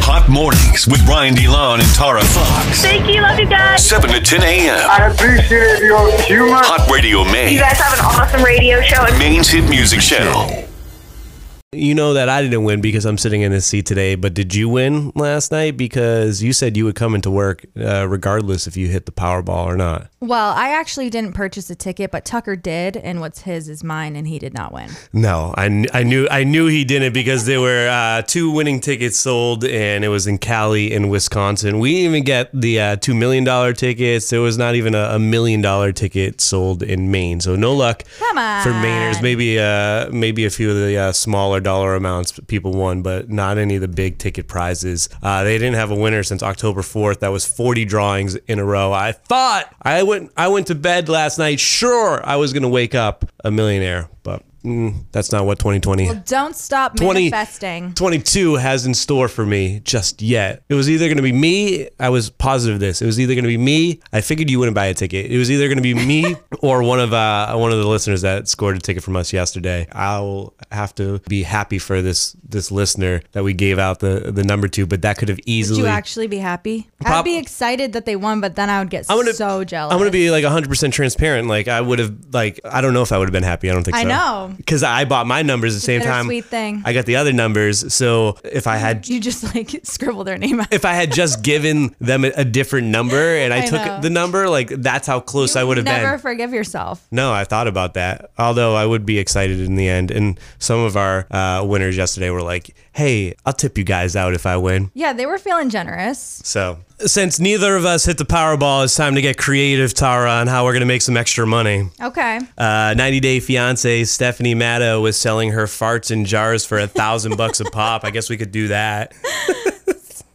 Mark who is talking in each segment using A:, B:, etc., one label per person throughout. A: Hot Mornings with Ryan DeLon and Tara Fox.
B: Thank you. Love you guys.
A: 7 to 10 a.m.
C: I appreciate your humor.
A: Hot Radio Maine.
B: You guys have an awesome radio show. And
A: Maine's hit music channel.
D: You know that I didn't win because I'm sitting in this seat today, but did you win last night? Because you said you would come into work uh, regardless if you hit the Powerball or not.
E: Well, I actually didn't purchase a ticket, but Tucker did, and what's his is mine, and he did not win.
D: No, I, kn- I knew I knew he didn't because there were uh, two winning tickets sold, and it was in Cali in Wisconsin. We didn't even get the uh, two million dollar tickets. There was not even a, a million dollar ticket sold in Maine, so no luck
E: Come on.
D: for Mainers. Maybe uh, maybe a few of the uh, smaller dollar amounts people won, but not any of the big ticket prizes. Uh, they didn't have a winner since October fourth. That was forty drawings in a row. I thought I went I went to bed last night. Sure, I was gonna wake up a millionaire, but. Mm, that's not what 2020
E: Well, don't stop
D: 20
E: manifesting.
D: 22 has in store for me just yet. It was either going to be me, I was positive of this. It was either going to be me, I figured you wouldn't buy a ticket. It was either going to be me or one of uh, one of the listeners that scored a ticket from us yesterday. I'll have to be happy for this this listener that we gave out the the number to, but that could have
E: Would
D: easily
E: you actually be happy?
D: Prob-
E: I'd be excited that they won, but then I would get
D: I'm gonna-
E: so jealous.
D: I'm gonna be like 100 percent transparent. Like I would have, like I don't know if I would have been happy. I don't think
E: I
D: so.
E: know.
D: because I bought my numbers at the same time.
E: bittersweet thing.
D: I got the other numbers. So if I had
E: You just like scribble their name out.
D: if I had just given them a, a different number and I,
E: I
D: took
E: know.
D: the number, like that's how close I would have
E: never
D: been.
E: forgive yourself.
D: No, I thought about that. Although I would be excited in the end. And some of our uh, winners yesterday were like, hey, I'll tip you guys out if I win.
E: Yeah, they were feeling generous.
D: So, since neither of us hit the Powerball, it's time to get creative, Tara, on how we're going to make some extra money.
E: Okay.
D: Uh, 90 Day Fiance Stephanie Maddow was selling her farts in jars for a thousand bucks a pop. I guess we could do that.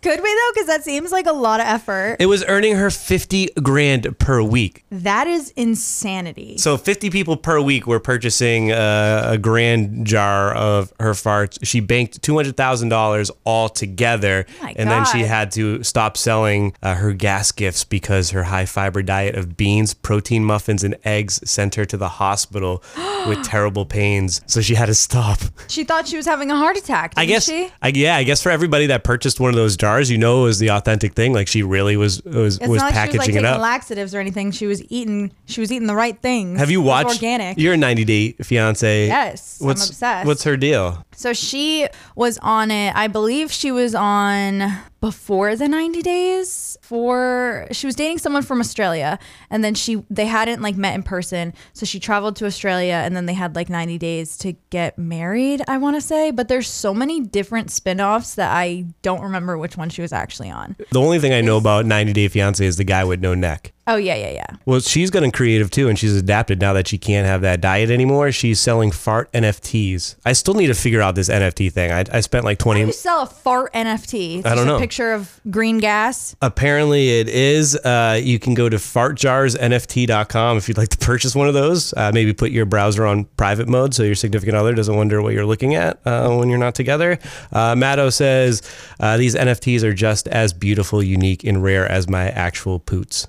E: Could we though? Because that seems like a lot of effort.
D: It was earning her 50 grand per week.
E: that is insanity.
D: So 50 people per week were purchasing uh, a grand jar of her farts. She banked $200,000 all together.
E: Oh my
D: and then she
E: God.
D: had to stop selling uh, her gas gifts because her high fiber diet of beans, protein muffins, and eggs sent her to the hospital with terrible pains. So she had to stop.
E: she thought she was having a heart attack.
D: I
E: didn't
D: guess,
E: she?
D: I, yeah, I guess for everybody that purchased one of those jars, you know it was the authentic thing. Like she really was was,
E: It's
D: was
E: not like she
D: packaging
E: was like
D: it
E: taking
D: up.
E: laxatives or anything. She was eating. She was eating the right things.
D: Have you
E: It was
D: watched?
E: organic?
D: You're a 90 Day Fiance.
E: Yes, I'm
D: What's,
E: obsessed.
D: What's her deal?
E: So she was on it. I believe she was on before the 90 days for she was dating someone from Australia and then she they hadn't like met in person. So she traveled to Australia and then they had like 90 days to get married, I want to say, but there's so many different spin-offs that I don't remember which one she was actually on.
D: The only thing I know about 90 Day Fiance is the guy with no neck.
E: Oh yeah, yeah, yeah.
D: Well, she's gotten creative too, and she's adapted now that she can't have that diet anymore. She's selling fart NFTs. I still need to figure out this NFT thing. I, I spent like 20.
E: You sell a fart NFT. It's
D: I don't
E: just
D: know.
E: a picture of green gas.
D: Apparently, it is. Uh, you can go to fartjarsnft.com if you'd like to purchase one of those. Uh, maybe put your browser on private mode so your significant other doesn't wonder what you're looking at uh, when you're not together. Uh, Maddo says uh, these NFTs are just as beautiful, unique, and rare as my actual poots.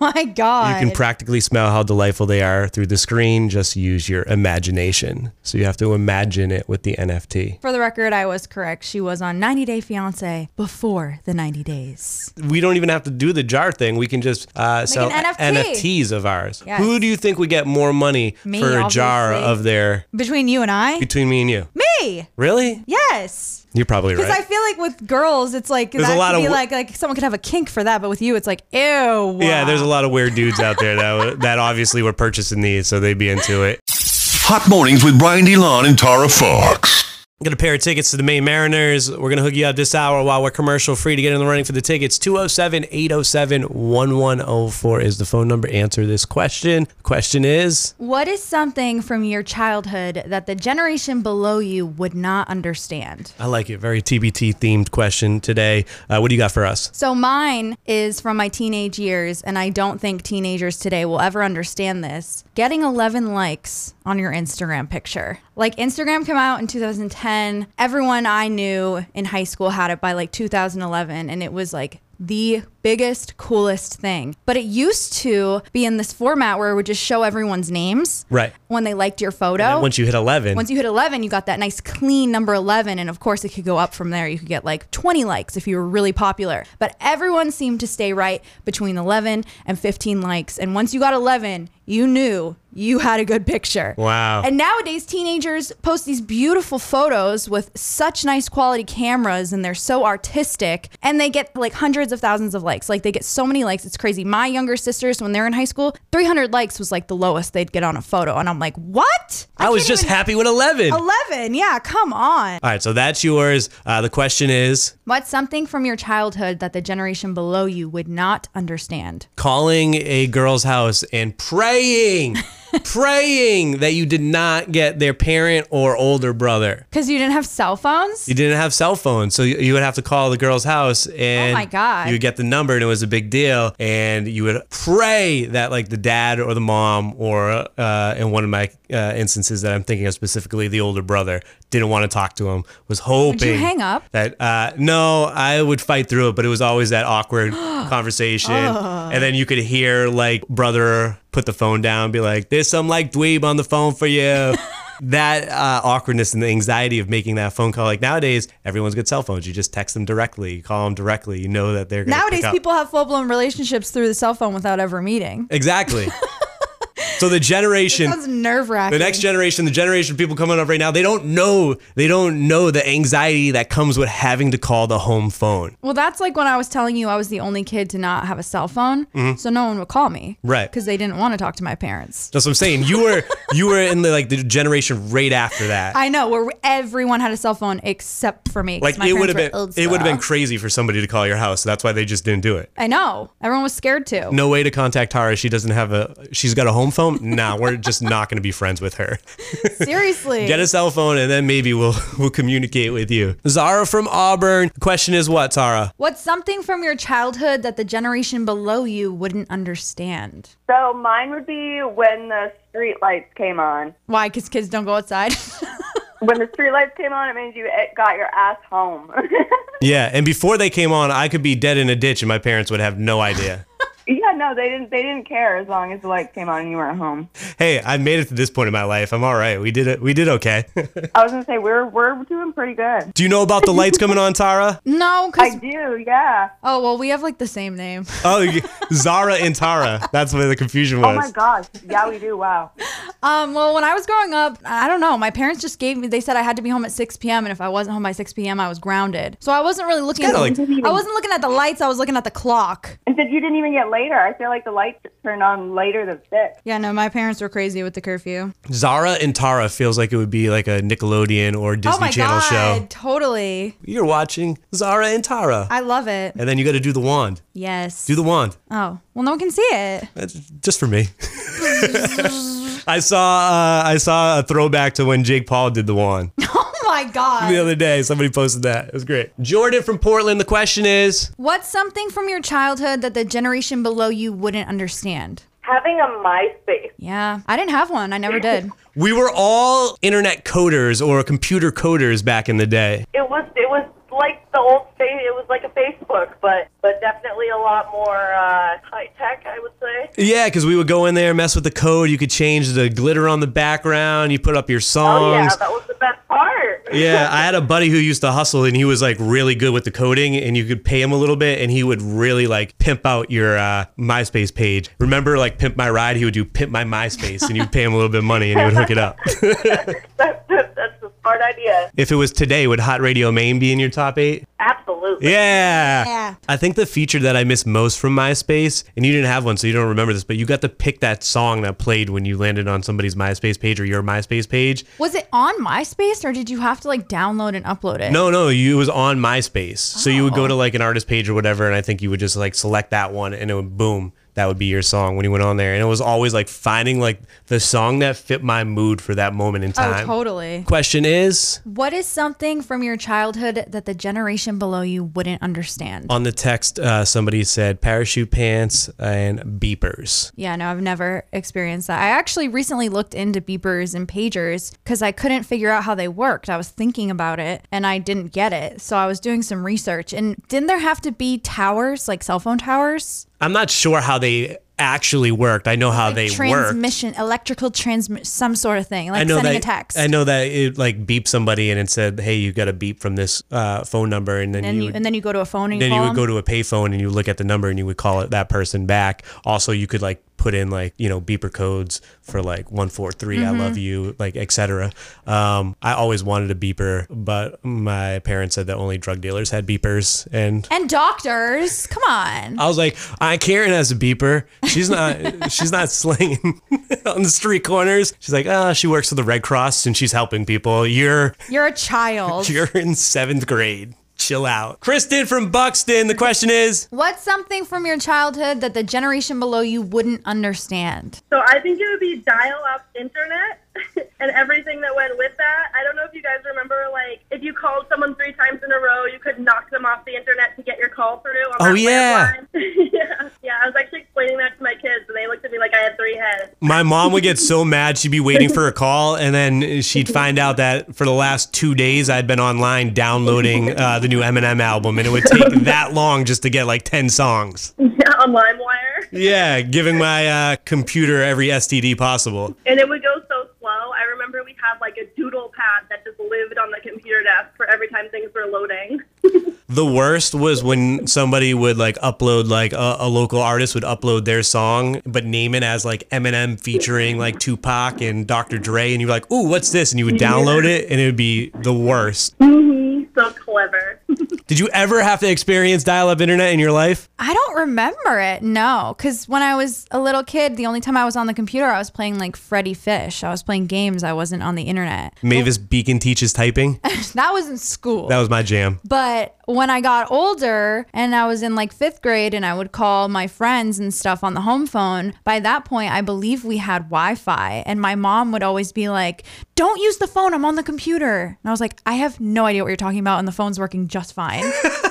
E: My
D: You
E: god.
D: can practically smell how delightful they are through the screen. Just use your imagination. So you have to imagine it with the NFT.
E: For the record, I was correct. She was on 90 Day Fiance before the 90 days.
D: We don't even have to do the jar thing. We can just uh, sell
E: an NFT.
D: NFTs of ours.
E: Yes.
D: Who do you think would get more money
E: Me,
D: for a jar
E: obviously.
D: of their
E: Between you and I?
D: between me and you?
E: Me!
D: Really?
E: Yes!
D: You're probably
E: Because
D: right.
E: I feel like with girls, it's like
D: There's
E: that
D: a lot
E: could
D: of
E: be
D: wo-
E: like like someone could have a kink for that, but with you, it's like ew.
D: yeah, there's a lot of weird dudes out there that that obviously were purchasing these, so they'd be into it.
A: Hot Mornings with Ryan DeLon and Tara Fox.
D: Got a pair of tickets to the Maine Mariners. We're going to hook you up this hour while we're commercial free to get in the running for the tickets. 207 807 1104 is the phone number. Answer this question. Question is
E: What is something from your childhood that the generation below you would not understand?
D: I like it. Very TBT themed question today. Uh, what do you got for us?
E: So mine is from my teenage years, and I don't think teenagers today will ever understand this. Getting 11 likes on your Instagram picture. Like Instagram came out in 2010. Everyone I knew in high school had it by like 2011, and it was like the biggest, coolest thing. But it used to be in this format where it would just show everyone's names
D: Right.
E: when they liked your
D: And
E: photo.
D: Once you hit 11,
E: Oh. Once you hit 11, you got that nice clean number 11. And of course, it could go up from there. You could get like 20 likes if you were really popular. But everyone seemed to stay right between 11 and 15 likes. And once you got 11, you knew you had a good picture.
D: Wow.
E: And nowadays, teenagers post these beautiful photos with such nice quality cameras and they're so artistic and they get like hundreds of thousands of likes. Like they get so many likes. It's crazy. My younger sisters, when they're in high school, 300 likes was like the lowest they'd get on a photo. And I'm like, what?
D: I, was
E: can't
D: just
E: even-
D: happy with 11.
E: 11. Yeah, come on.
D: All right, so that's yours. Uh, the question is
E: What's something from your childhood that the generation below you would not understand?
D: calling a girl's house and praying, praying that you did not get their parent or older brother.
E: Because you didn't have cell phones?
D: You didn't have cell phones, so you, you would have to call the girl's house and
E: my God.
D: you would get the number, and it was a big deal. And you would pray that like the dad or the mom or uh, in one of my uh, instances that I'm thinking of specifically, the older brother didn't want to talk to him, was hoping.
E: hang up?
D: That uh, no, I would fight through it, but it was always that awkward conversation, and then you could hear like brother put the phone down, be like, "There's some like dweeb on the phone for you." that uh, awkwardness and the anxiety of making that phone call. Like nowadays, everyone's got cell phones. You just text them directly, you call them directly. You know that they're gonna
E: Nowadays,
D: pick up.
E: people have full blown relationships through the cell phone without ever meeting.
D: exactly. so the generation.
E: Sounds nerve wracking.
D: The next generation, the generation of people coming up right now, they don't know, they don't know the anxiety that comes with having to call the home phone.
E: Well, that's like when I was telling you I was the only kid to not have a cell phone, so no one would call me,
D: Mm-hmm. Right.
E: Because they didn't want to talk to my parents.
D: That's what I'm saying. You were you were in the like the generation right after that.
E: I know where everyone had a cell phone except for me. 'cause
D: like
E: my
D: it would
E: parents
D: have
E: were
D: been
E: old
D: it would have
E: school.
D: been crazy for somebody to call your house. So that's why they just didn't do it.
E: I know everyone was scared too.
D: No way to contact Tara. She doesn't have a she's got a home phone. Nah, we're just not going to be friends with her.
E: Seriously,
D: Get a cell phone and then maybe we'll we'll communicate with you. Zara from Auburn. The question is what, Zara?
E: What's something from your childhood that the generation below you wouldn't understand?
B: So mine would be when the street lights came on.
E: Why? Because kids don't go outside.
B: When the street lights came on, it means you got your ass home.
D: Yeah, and before they came on, I could be dead in a ditch and my parents would have no idea.
B: yeah, no, they didn't. They didn't care as long as the lights came on and you weren't home.
D: hey, I made it to this point in my life. I'm all right. We did it. We did okay.
B: I was gonna say we're we're doing pretty good.
D: do you know about the lights coming on, Tara?
E: no,
B: I
E: because
B: do, yeah.
E: oh well, we have like the same name.
D: Oh, you- Zara and Tara. That's where the confusion
B: Oh
D: was.
B: my gosh, yeah, we do. Wow.
E: Um, well, when I was growing up, I don't know. My parents just gave me. They said I had to be home at 6 p.m. and if I wasn't home by 6 p.m., I was grounded. So I wasn't really looking. At the,
D: kinda like-
E: I wasn't looking at the lights. I was looking at the clock.
B: And said you didn't even get later. I feel like the lights turned on later than six.
E: Yeah, no, my parents were crazy with the curfew.
D: Zara and Tara feels like it would be like a Nickelodeon or Disney
E: oh my
D: Channel
E: god,
D: show.
E: totally.
D: You're watching Zara and Tara.
E: I love it.
D: and then you got to do the wand.
E: Yes.
D: Do the wand.
F: Uh.
E: oh well, no one can see it.
D: That's just for me. I saw uh, I saw a throwback to when Jake Paul did the wand
E: Oh my god.
D: the other day. Somebody posted that. It was great. Jordan from Portland. The question is,
E: What's something from your childhood that the generation below you wouldn't understand?
F: Having a MySpace.
E: Yeah, I didn't have one. I never did.
D: we were all internet coders or computer coders back in the day.
F: It was it was like the old fa It was like a Facebook, but but definitely a lot more uh, high tech. I would say.
D: Yeah, because we would go in there, mess with the code. You could change the glitter on the background. You put up your
F: Oh yeah,
D: songs.
F: that was the best part.
D: Yeah, I had a buddy who used to hustle, and he was like really good with the coding, and you could pay him a little bit, and he would really like pimp out your uh, MySpace page. Remember, like pimp my ride, he would do pimp my MySpace, and you'd pay him a little bit of money, and he would hook it up.
F: That, that, that's a smart idea.
D: if it was today, would Hot Radio Maine be in your top eight?
F: Absolutely.
D: Yeah.
E: Yeah.
D: I think the feature that I miss most from MySpace, and you didn't have one, so you don't remember this, but you got to pick that song that played when you landed on somebody's MySpace page or your MySpace page.
E: Was it on MySpace or did you have to like download and upload it?
D: No, no, you, it was on
E: Oh.
D: MySpace. So you would go to like an artist page or whatever, and I think you would just like select that one, and it would boom. that would be your song when he went on there. And it was always like finding like the song that fit my mood for that moment in time.
E: Oh, totally.
D: Question is
E: What is something from your childhood that the generation below you wouldn't understand?
D: on the text, uh, somebody said parachute pants and beepers.
E: Yeah, no, I've never experienced that. I actually recently looked into beepers and pagers because I couldn't figure out how they worked. I was thinking about it and I didn't get it. So I was doing some research. And didn't there have to be towers, like cell phone towers?
D: I'm not sure how they actually worked. I know how they worked.
E: transmission, electrical transmission, some sort of thing, like
D: I know
E: sending
D: that
E: a text.
D: I know that it like beeped somebody and it said, "Hey, you got a beep from this uh, phone number," and then
E: and,
D: you,
E: you,
D: would,
E: and then you go to a phone and you
D: then
E: call
D: you would
E: them.
D: go to a payphone and you would look at the number and you would call it that person back. Also, you could like put in like you know beeper codes for like one four three I love you like etc. Um, I always wanted a beeper, but my parents said that only drug dealers had beepers, and
E: and doctors, come on.
D: I was like, I Karen has a beeper. She's not she's not slinging on the street corners. She's like, ah, she works for the Red Cross and she's helping people. You're
E: You're a child.
D: you're in seventh grade. Chill out. Kristen from Buxton. The question is,
E: What's something from your childhood that the generation below you wouldn't understand?
F: So I think it would be dial up internet and everything that went with that. I don't know if you guys remember, like, if you called someone three times in a row, you could knock them off the internet to get your call through. On
D: Oh,
F: that
D: yeah.
F: landline. yeah. Yeah, I was actually explaining that to my kids, and they looked at me like I had three heads.
D: my mom would get so mad she'd be waiting for a call and then she'd find out that for the last two days I'd been online downloading uh, the new Eminem album and it would take that long just to get like ten songs.
F: Yeah, on LimeWire.
D: Yeah, giving my uh, computer every STD possible.
F: And it would go so slow. I remember we had, like, a doodle pad that just lived on the computer desk for every time things were loading.
D: The worst was when somebody would like upload like a, a local artist would upload their song, but name it as like Eminem featuring like Tupac and Dr. Dre, and you're like, "Ooh, what's this?" And you would download it, and it would be the worst.
F: So clever.
D: Did you ever have to experience dial-up internet in your life?
E: I don't remember it. No, because when I was a little kid, the only time I was on the computer, I was playing like Freddy Fish. I was playing games. I wasn't on the internet.
D: Mavis Beacon teaches typing.
E: That was in school.
D: That was my jam.
E: But when I got older and I was in like fifth grade and I would call my friends and stuff on the home phone, by that point, I believe we had Wi Fi. And my mom would always be like, Don't use the phone, I'm on the computer. And I was like, I have no idea what you're talking about. And the phone's working just fine. I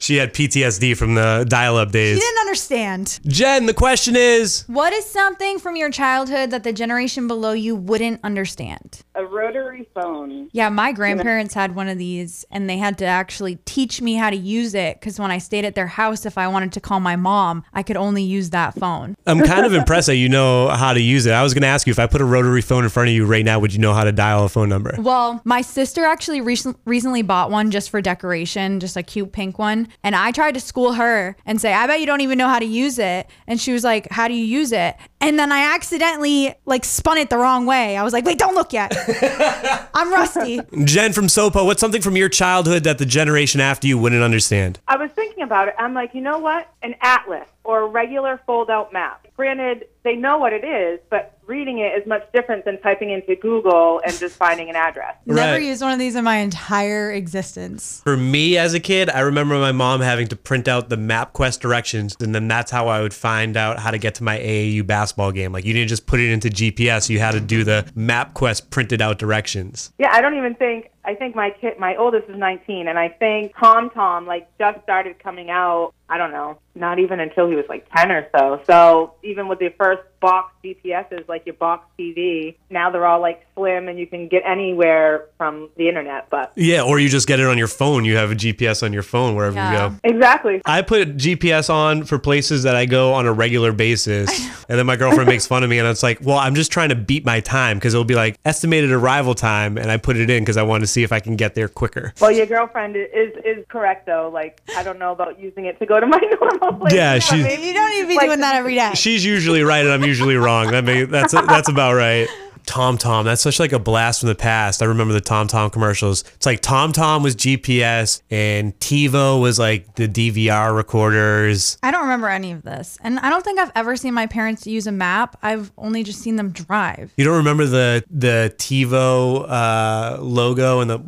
D: She had PTSD from the dial-up days.
E: didn't understand.
D: Jen, the question is,
E: What is something from your childhood that the generation below you wouldn't understand?
G: A rotary phone.
E: Yeah, my grandparents had one of these and they had to actually teach me how to use it because when I stayed at their house, if I wanted to call my mom, I could only use that phone.
D: I'm kind of impressed that you know how to use it. I was going to ask you if I put a rotary phone in front of you right now, would you know how to dial a phone number?
E: Well, my sister actually recent, recently bought one just for decoration, just a cute pink one. And I tried to school her and say, I bet you don't even know how to use it. And she was like, How do you use it? And then I accidentally like spun it the wrong way. I was like, Wait, don't look yet. I'm rusty.
D: Jen from SOPA, what's something from your childhood that the generation after you wouldn't understand?
G: I was thinking about it. I'm like, you know what? An atlas or a regular fold out map. Granted, they know what it is, but reading it is much different than typing into Google and just finding an address.
E: Never
D: Right.
E: used one of these in my entire existence.
D: For me as a kid, I remember my mom having to print out the MapQuest directions, and then that's how I would find out how to get to my AAU basketball game. Like, you didn't just put it into GPS, you had to do the MapQuest printed out directions.
G: Yeah, I don't even think. I think my kid, my oldest is 19, and I think Tom Tom like just started coming out. I don't know, not even until he was like 10 or so. So even with the first box GPSs, like your box TV, now they're all like slim, and you can get anywhere from the internet. But
D: Yeah, or you just get it on your phone. You have a GPS on your phone wherever
E: Yeah.
D: you go.
G: exactly,
D: I put GPS on for places that I go on a regular basis. And then my girlfriend makes fun of me and it's like, well, I'm just trying to beat my time because it'll be like estimated arrival time. And I put it in because I wanted to see if I can get there quicker.
G: well, your girlfriend i- is is correct though. Like I don't know about using it to go to my normal place.
D: Yeah,
G: but
D: she-
G: maybe-
E: You don't even be doing that every day.
D: She's usually right and I'm usually wrong. That may, that's, that's about right. Tom Tom, that's such like a blast from the past. I remember the Tom Tom commercials. It's like Tom Tom was GPS and TiVo was like the DVR recorders.
E: I don't remember any of this. And I don't think I've ever seen my parents use a map. I've only just seen them drive.
D: You don't remember the the TiVo uh, logo and the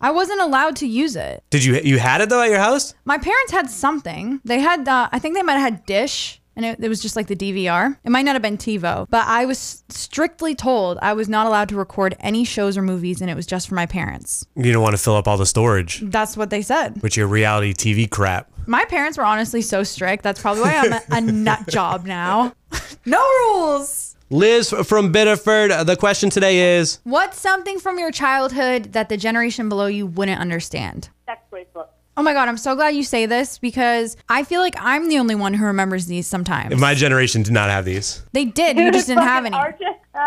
E: I wasn't allowed to use it.
D: Did you you had it though at your house?
E: My parents had something. They had, uh, I think they might have had Dish. and it, it was just like the DVR. It might not have been TiVo, but I was strictly told I was not allowed to record any shows or movies, and it was just for my parents.
D: You don't want to fill up all the storage
E: That's what they said.
D: with your reality TV crap.
E: My parents were honestly so strict. That's probably why I'm a, a nut job now. no rules.
D: Liz from Biddeford, the question today is
E: What's something from your childhood that the generation below you wouldn't understand?
H: Sex bracelet.
E: Oh my God, I'm so glad you say this because I feel like I'm the only one who remembers these sometimes.
D: my generation did not have these.
E: they did, you just didn't have any.
H: Our, ge- uh,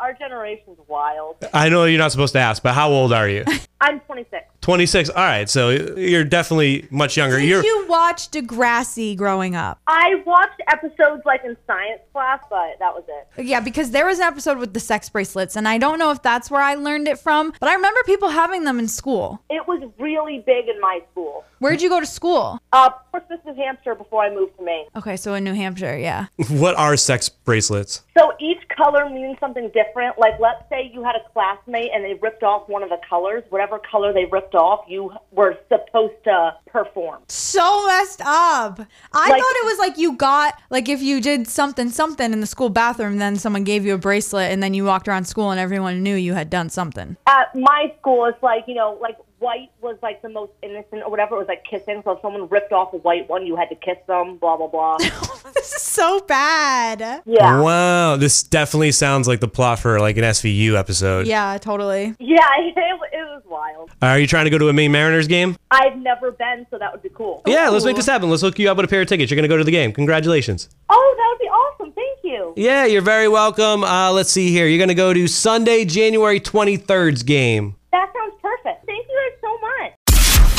H: our generation's wild.
D: I know you're not supposed to ask, but how old are you?
H: I'm 26.
D: 26. All right, so you're definitely much younger.
E: Did
D: you're
E: you watch Degrassi growing up?
H: I watched episodes like in science class, but that was it.
E: Yeah, because there was an episode with the sex bracelets, and I don't know if that's where I learned it from, but I remember people having them in school.
H: It was really big in my school.
E: Where'd you go to school?
H: Uh, Portsmouth, New Hampshire, before I moved to Maine.
E: Okay, so in New Hampshire, yeah.
D: what are sex bracelets?
H: So each color means something different. Like, let's say you had a classmate and they ripped off one of the colors. Whatever color they ripped off, you were supposed to perform.
E: So messed up. I
H: Like-
E: thought it was like you got, like if you did something, something in the school bathroom, then someone gave you a bracelet, and then you walked around school and everyone knew you had done something.
H: At my school, it's like, you know, like white was like the most innocent or whatever. It was like kissing. So if someone ripped off a white one, you had to kiss them, blah, blah, blah.
E: this is so bad.
H: Yeah.
D: Wow, this definitely sounds like the plot for like an SVU episode.
E: Yeah, totally.
H: Yeah, it, it was wild.
D: Are you trying to go to a Maine Mariners game?
H: I've never been, so that would be cool.
D: Yeah, let's make this happen. Let's hook you up with a pair of tickets. You're going to go to the game. Congratulations.
H: Oh, that would be awesome. Thank you.
D: Yeah, you're very welcome. Uh, let's see here. You're going to go to Sunday, January 23rd's game.
H: That sounds perfect. Thank you guys so much.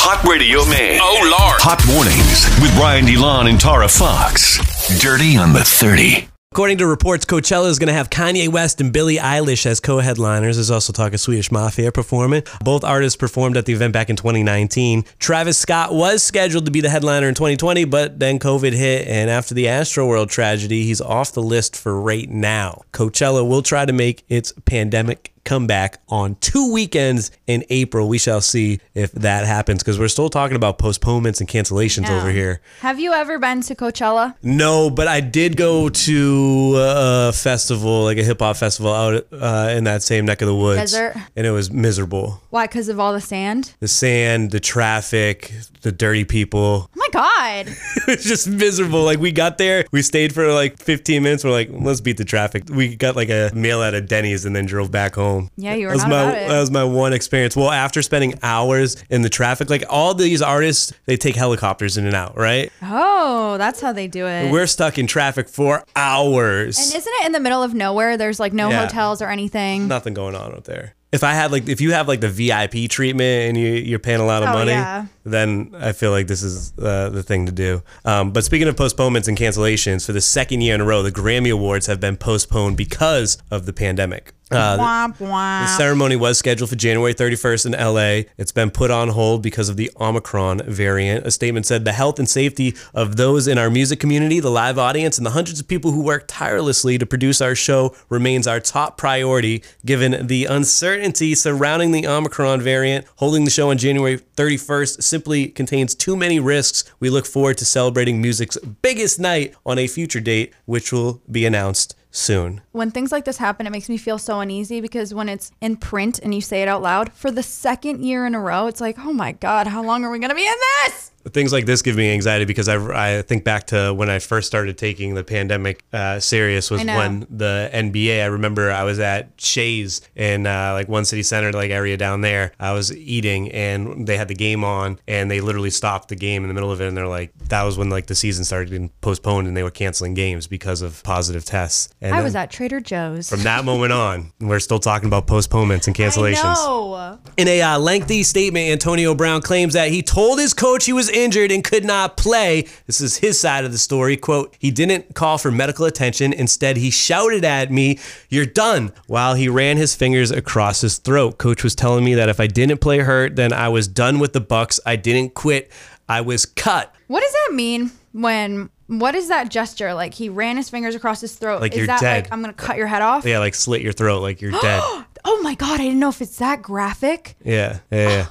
A: Hot Radio Maine.
I: Oh, Lord.
A: Hot Mornings with Brian DeLon and Tara Fox. Dirty on the 30.
D: According to reports, Coachella is going to have Kanye West and Billie Eilish as co-headliners. There's also talk of Swedish Mafia performing. Both artists performed at the event back in 2019. Travis Scott was scheduled to be the headliner in 2020, but then COVID hit, and after the Astroworld tragedy, he's off the list for right now. Coachella will try to make its pandemic comeback on two weekends in April. We shall see if that happens because we're still talking about postponements and cancellations
E: Yeah.
D: over here.
E: Have you ever been to Coachella?
D: No, but I did go to a festival, like a hip hop festival out uh, in that same neck of the woods.
E: Desert?
D: And it was miserable.
E: Why? Because of all the sand? Oh
D: The sand, the traffic, the dirty people.
E: Oh my God.
D: It was just miserable. Like we got there, we stayed for like 15 minutes. We're like, let's beat the traffic. We got like a meal at a Denny's and then drove back home.
E: Yeah, you were
D: that was
E: not
D: my
E: about it.
D: that was my one experience. Well, after spending hours in the traffic, like all these artists, they take helicopters in and out, right?
E: Oh, that's how they do it.
D: We're stuck in traffic for hours.
E: and isn't it in the middle of nowhere? There's like no
D: Yeah.
E: hotels or anything.
D: nothing going on up there. If I had like, if you have like the VIP treatment and you, you're paying a lot of
E: Oh,
D: money,
E: yeah.
D: then I feel like this is uh, the thing to do. Um, but speaking of postponements and cancellations, for the second year in a row, the Grammy Awards have been postponed because of the pandemic. Uh,
E: Womp womp.
D: the ceremony was scheduled for January 31st in LA. It's been put on hold because of the Omicron variant. A statement said the health and safety of those in our music community, the live audience, and the hundreds of people who work tirelessly to produce our show remains our top priority given the uncertainty surrounding the Omicron variant. Holding the show on January 31st simply contains too many risks. We look forward to celebrating music's biggest night on a future date, which will be announced soon.
E: when things like this happen, it makes me feel so uneasy because when it's in print and you say it out loud for the second year in a row, it's like, oh my God, how long are we going to be in this?
D: things like this give me anxiety because I, I think back to when I first started taking the pandemic uh, serious was
E: I know.
D: when the NBA. I remember I was at Shays in uh, like one city center like area down there. I was eating and they had the game on and they literally stopped the game in the middle of it and they're like that was when like the season started getting postponed and they were canceling games because of positive tests. And
E: I
D: then
E: was at Trader Joe's.
D: from that moment on, we're still talking about postponements and cancellations.
E: I know.
D: In a uh, lengthy statement, Antonio Brown claims that he told his coach he was injured and could not play. This is his side of the story. Quote, he didn't call for medical attention. Instead, he shouted at me, You're done, while he ran his fingers across his throat. Coach was telling me that if I didn't play hurt, then I was done with the Bucks. I didn't quit. I was cut.
E: What does that mean when, what is that gesture? Like he ran his fingers across his throat.
D: Like
E: is
D: you're
E: that
D: dead.
E: like, I'm going to cut your head off?
D: Yeah, like slit your throat, like you're dead.
E: Oh my God, I didn't know if it's that graphic.
D: Yeah, yeah, yeah.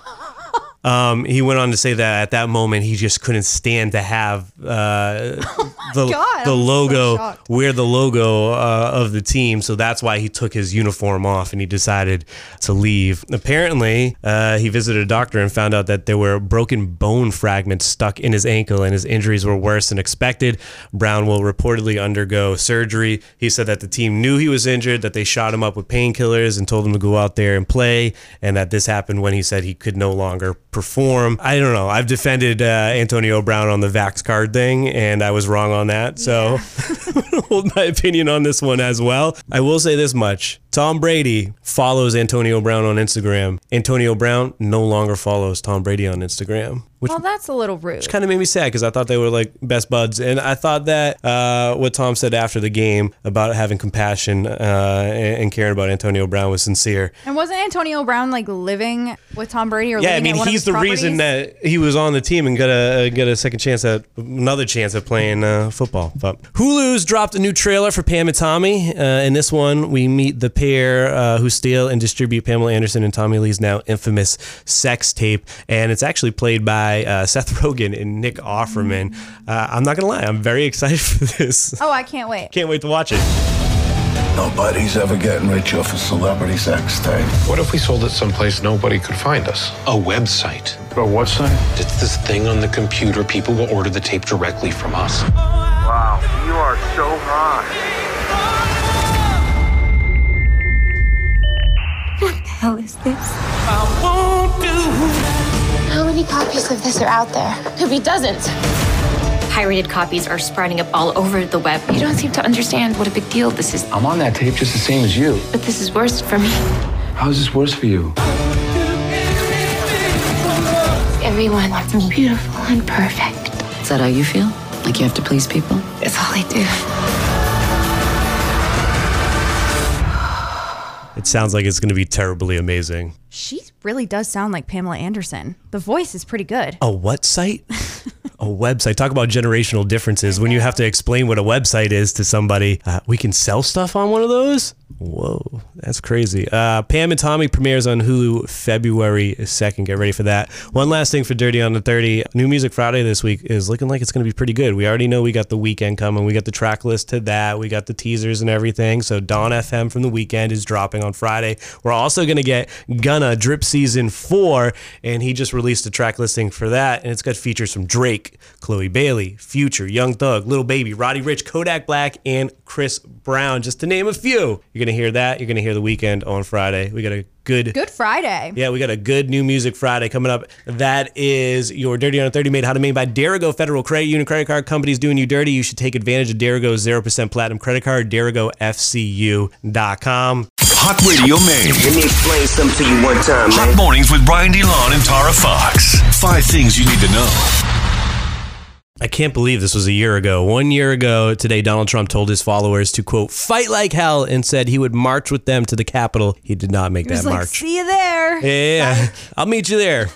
D: Um, he went on to say that at that moment he just couldn't stand to have uh, the
E: Oh God,
D: the
E: I'm so
D: logo
E: shocked.
D: wear the logo uh, of the team, so that's why he took his uniform off and he decided to leave. Apparently, uh, he visited a doctor and found out that there were broken bone fragments stuck in his ankle, and his injuries were worse than expected. Brown will reportedly undergo surgery. He said that the team knew he was injured, that they shot him up with painkillers and told him to go out there and play, and that this happened when he said he could no longer perform. I don't know. I've defended uh, Antonio Brown on the Vax card thing, and I was wrong on that. So hold my opinion on this one as well. I will say this much Tom Brady follows Antonio Brown on Instagram. Antonio Brown no longer follows Tom Brady on Instagram, which
E: Well, that's a little rude.
D: kind of made me sad because I thought they were like best buds. And I thought that uh, what Tom said after the game about having compassion uh, and, and caring about Antonio Brown was sincere.
E: And wasn't Antonio Brown like living with Tom Brady or
D: Yeah, I
E: living
D: mean,
E: at one of
D: he's
E: his
D: the reason
E: properties?
D: that he was on the team and got a uh, got a second chance at another chance at playing uh, football. But Hulu's dropped a new trailer for Pam and Tommy. Uh, in this one, we meet the pair uh, who steal and distribute Pamela Anderson and Tommy Lee's now infamous sex tape, and it's actually played by uh, Seth Rogen and Nick Offerman. Uh, I'm not gonna lie, I'm very excited for this.
E: Oh, I can't wait.
D: Can't wait to watch it.
I: Nobody's ever getting rich off a celebrity sex tape.
J: What if we sold it someplace nobody could find us? A website.
C: But what's that?
J: It's this thing on the computer. People will order the tape directly from us.
C: Wow, you are so high.
K: hell is this? How many copies of this are out there? If he doesn't. Pirated copies are sprouting up all over the web. You don't seem to understand what a big deal this is,
I: I'm on that tape just the same as you.
K: but this is worse for me.
I: How's this worse for you?
K: Everyone wants me beautiful and perfect. Is that how you feel? Like you have to please people? It's all I do.
D: It sounds like it's gonna be terribly amazing.
E: She really does sound like Pamela Anderson. The voice is pretty good.
D: A what site? a website. Talk about generational differences. When you have to explain what a website is to somebody, uh, we can sell stuff on one of those? Whoa, that's crazy. Uh, Pam and Tommy premieres on Hulu February 2nd. Get ready for that. One last thing for Dirty on the 30. New Music Friday this week is looking like it's going to be pretty good. We already know we got the weekend coming. We got the track list to that. We got the teasers and everything. So Dawn FM from the weekend is dropping on Friday. We're also going to get Gunna Drip Season 4, and he just released a track listing for that. And it's got features from Drake, Chloe Bailey, Future, Young Thug, Little Baby, Roddy Rich, Kodak Black, and Chris Brown, just to name a few. You're going to hear that. You're going to hear the weekend on Friday. We got a good
E: Good Friday.
D: yeah, we got a good new music Friday coming up. That is your Dirty on 30 made how to made by Derigo Federal Credit Union Credit Card Companies doing you dirty. You should take advantage of Derigo's 0% platinum credit card, derigofcu.com.
A: Hot Radio Maine.
L: Let me explain something to you one time,
A: Hot mornings with Brian DeLon and Tara Fox. Five things you need to know.
D: I can't believe this was a year ago. One year ago today, Donald Trump told his followers to quote, fight like hell and said he would march with them to the Capitol. He did not make
E: It was
D: that
E: like,
D: march.
E: see you there.
D: Yeah, I'll meet you there.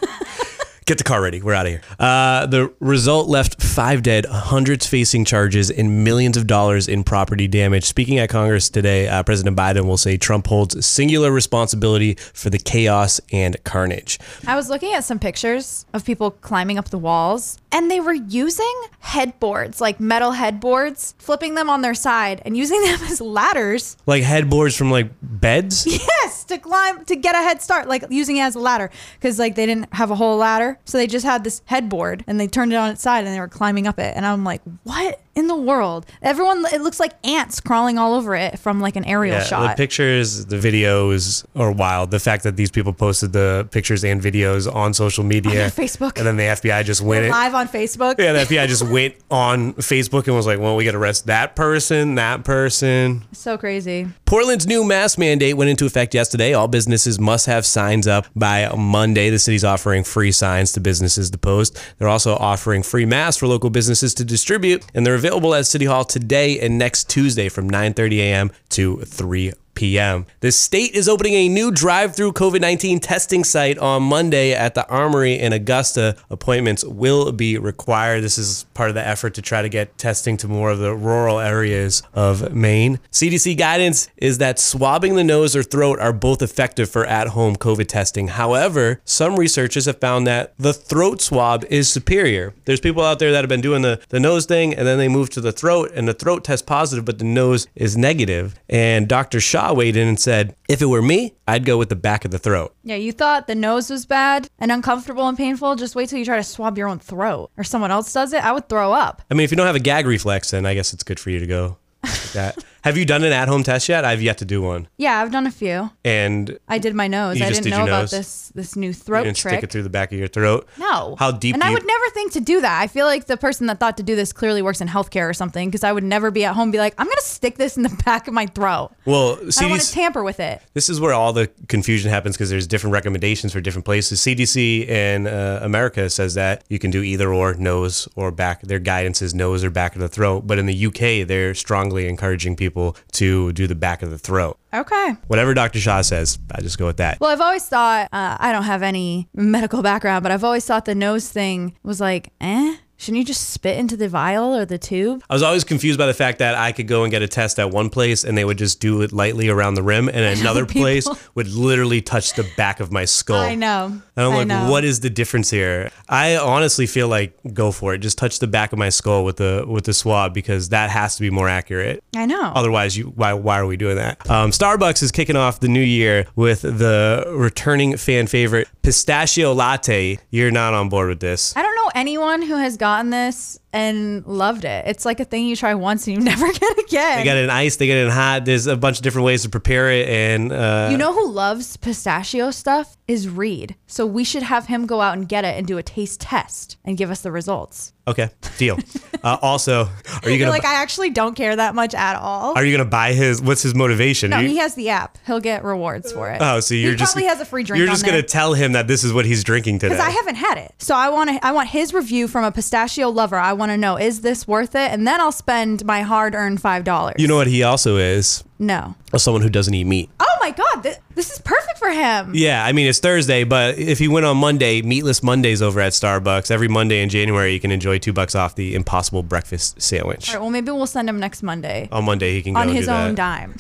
D: Get the car ready. We're out of here. Uh, the result left five dead, hundreds facing charges, and millions of dollars in property damage. Speaking at Congress today, uh, President Biden will say Trump holds singular responsibility for the chaos and carnage.
E: I was looking at some pictures of people climbing up the walls, and they were using headboards, like metal headboards, flipping them on their side and using them as ladders.
D: Like headboards from like beds.
E: Yes, to climb to get a head start, like using it as a ladder, because like they didn't have a whole ladder, so they just had this headboard and they turned it on its side and they were climbing up it. And I'm like, what in the world? Everyone, it looks like ants crawling all over it from like an aerial shot.
D: The pictures, the videos are wild. The fact that these people posted the pictures and videos on social media,
E: On their Facebook.
D: and then the FBI just went it.
E: live on Facebook.
D: Yeah, the FBI just went on Facebook and was like, well, we got to arrest that person, that person.
E: So crazy.
D: Portland's new mask mandate went into effect yesterday. All businesses must have signs up by Monday. The city's offering free signs to businesses to post. They're also offering free masks for local businesses to distribute, and they're available at City Hall today and next Tuesday from 9:30 a.m. to 3 p.m. The state is opening a new drive through COVID 19 testing site on Monday at the Armory in Augusta. Appointments will be required. This is part of the effort to try to get testing to more of the rural areas of Maine. CDC guidance is that swabbing the nose or throat are both effective for at home COVID testing. However, some researchers have found that the throat swab is superior. There's people out there that have been doing the, the nose thing and then they move to the throat and the throat tests positive, but the nose is negative. And Dr. Shaw weighed in and said, if it were me, I'd go with the back of the throat.
E: Yeah, you thought the nose was bad and uncomfortable and painful. Just wait till you try to swab your own throat or someone else does it. I would throw up.
D: I mean, if you don't have a gag reflex, then I guess it's good for you to go like that. have you done an at home test yet? I've yet to do one.
E: Yeah, I've done a few.
D: And
E: I did my nose.
D: You
E: I
D: just
E: didn't
D: did
E: know
D: your
E: about
D: nose?
E: this this new
D: you
E: throat
D: didn't
E: trick.
D: stick it through the back of your throat.
E: no.
D: How deep
E: And
D: do
E: I
D: you-
E: would never think to do that. I feel like the person that thought to do this clearly works in healthcare or something because I would never be at home and be like, I'm going to stick this in the back of my throat.
D: Well,
E: I don't want to
D: CDC,
E: tamper with it.
D: this is where all the confusion happens because there's different recommendations for different places. CDC in uh, America says that you can do either or nose or back. Their guidance is nose or back of the throat. But in the UK, they're strongly encouraging people to do the back of the throat.
E: Okay.
D: Whatever Dr. Shaw says, I just go with that.
E: Well, I've always thought uh, I don't have any medical background, but I've always thought the nose thing was like, eh, shouldn't you just spit into the vial or the tube?
D: I was always confused by the fact that I could go and get a test at one place and they would just do it lightly around the rim, and another place would literally touch the back of my skull.
E: I know.
D: And I'm
E: I
D: Oh. like,
E: know.
D: what is the difference here? I honestly feel like go for it. Just touch the back of my skull with the with the swab because that has to be more accurate.
E: I know.
D: Otherwise, you why why are we doing that? Um, Starbucks is kicking off the new year with the returning fan favorite pistachio latte. You're not on board with this.
E: I don't know anyone who has gotten this and loved it. It's like a thing you try once and you never get again.
D: They got it in ice. They got it in hot. There's a bunch of different ways to prepare it, and uh,
E: you know who loves pistachio stuff is Reed. So we should have him go out and get it and do a taste test and give us the results.
D: Okay, deal. uh, also, are you
E: You're
D: gonna
E: like, I actually don't care that much at all.
D: are you gonna buy his? What's his motivation?
E: no,
D: Are you-
E: he has the app. He'll get rewards for it.
D: oh, so
E: He
D: you're just
E: probably has a free drink.
D: You're just
E: on
D: gonna
E: there.
D: tell him that this is what he's drinking today.
E: because I haven't had it. So I want to. I want his review from a pistachio lover. I want to know is this worth it, and then I'll spend my hard-earned five dollars.
D: you know what he also is?
E: No.
D: Someone who doesn't eat meat.
E: Oh my god, this, this is perfect for him.
D: Yeah, I mean it's Thursday, but if he went on Monday, Meatless Mondays over at Starbucks. Every Monday in January, you can enjoy two bucks off the Impossible Breakfast Sandwich.
E: All right, well maybe we'll send him next Monday
D: On Monday, he can go
E: on
D: and
E: his
D: do that.
E: own dime.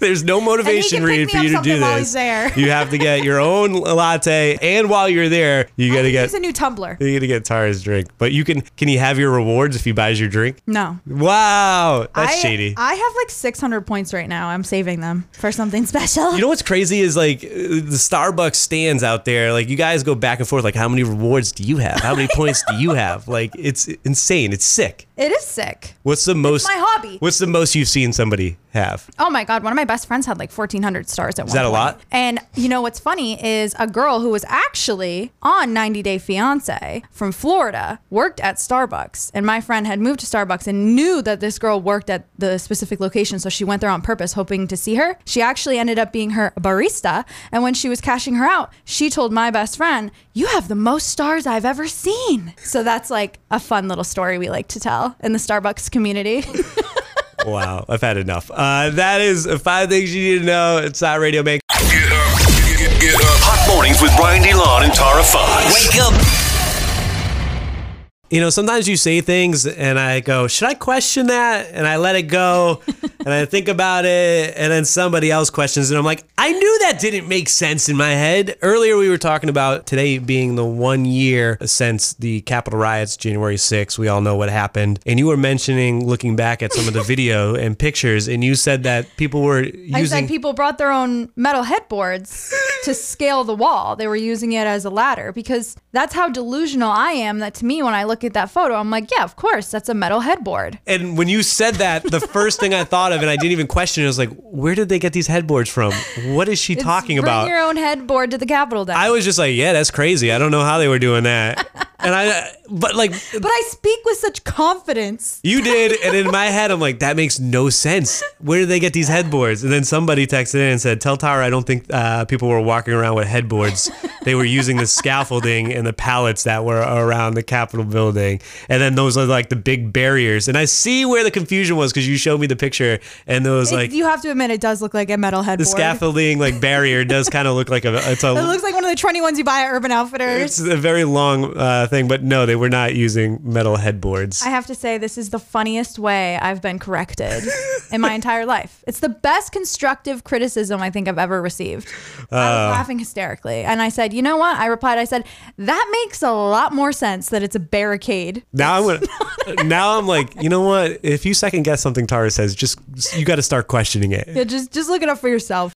D: There's no motivation
E: And he can
D: read
E: pick
D: for
E: me
D: you
E: up
D: to do
E: something while
D: this.
E: he's there.
D: You have to get your own latte, and while you're there, you gotta get
E: He's a new tumbler.
D: you're gonna get Tara's drink. But you can can he have your rewards if he buys your drink?
E: No.
D: Wow, that's
E: I,
D: shady.
E: I have like 600 points right now. I'm saving them for something special.
D: you know what's crazy is like uh, the Starbucks stands out there. Like you guys go back and forth. Like how many rewards do you have? How many points do you have? Like it's insane. It's sick.
E: It is sick.
D: What's the most?
E: my hobby.
D: What's the most you've seen somebody have?
E: Oh my God, one of my best friends had like 1,400 stars at
D: Is
E: one
D: that a
E: point.
D: lot?
E: And you know what's funny is a girl who was actually on 90 Day Fiance from Florida worked at Starbucks. And my friend had moved to Starbucks and knew that this girl worked at the specific location. So she went there on purpose, hoping to see her. She actually ended up being her barista. And when she was cashing her out, she told my best friend, You have the most stars I've ever seen. So that's like a fun little story we like to tell in the Starbucks community.
D: wow, I've had enough. Uh, that is five things you need to know. It's not Radio Make.
A: Hot mornings with Brian DeLon and Tara Fox. Wake up.
D: You know, sometimes you say things and I go, should I question that? And I let it go and I think about it. And then somebody else questions and I'm like, I knew that didn't make sense in my head. Earlier, we were talking about today being the one year since the Capitol riots, January 6th. We all know what happened. And you were mentioning looking back at some of the video and pictures, and you said that people were
E: I
D: using.
E: said people brought their own metal headboards to scale the wall. They were using it as a ladder because that's how delusional I am. That to me, when I look at that photo, I'm like, yeah, of course, that's a metal headboard.
D: And when you said that, the first thing I thought of, and I didn't even question it, I was like, where did they get these headboards from? What is she
E: It's
D: talking
E: bring
D: about?
E: your own headboard to the Capitol. Down.
D: I was just like, yeah, that's crazy. I don't know how they were doing that. and I but like
E: But I speak with such confidence.
D: you did, and in my head, I'm like, that makes no sense. Where did they get these headboards? And then somebody texted in and said, "Tell Tara, I don't think uh, people were walking around with headboards. They were using the scaffolding and the pallets that were around the Capitol building. And then those are like the big barriers. And I see where the confusion was because you showed me the picture, and there was
E: It-
D: like
E: you have to admit it does look like a metal headboard.
D: the scaffolding like barrier does kind of look like a it's a
E: It looks like one of the trendy ones you buy at Urban
D: it's
E: Outfitters.
D: a very long uh, thing, but no, they were not using metal headboards.
E: I have to say, this is the funniest way I've been corrected in my entire life. It's the best constructive criticism I think I've ever received. I was
D: Uh,
E: laughing hysterically. And I said, you know what? I replied, I said, that makes a lot more sense that it's a barricade.
D: Now I'm gonna, now I'm like, you know what? If you second guess something Tara says, just you got to start questioning it.
E: Yeah, just just look it up for yourself.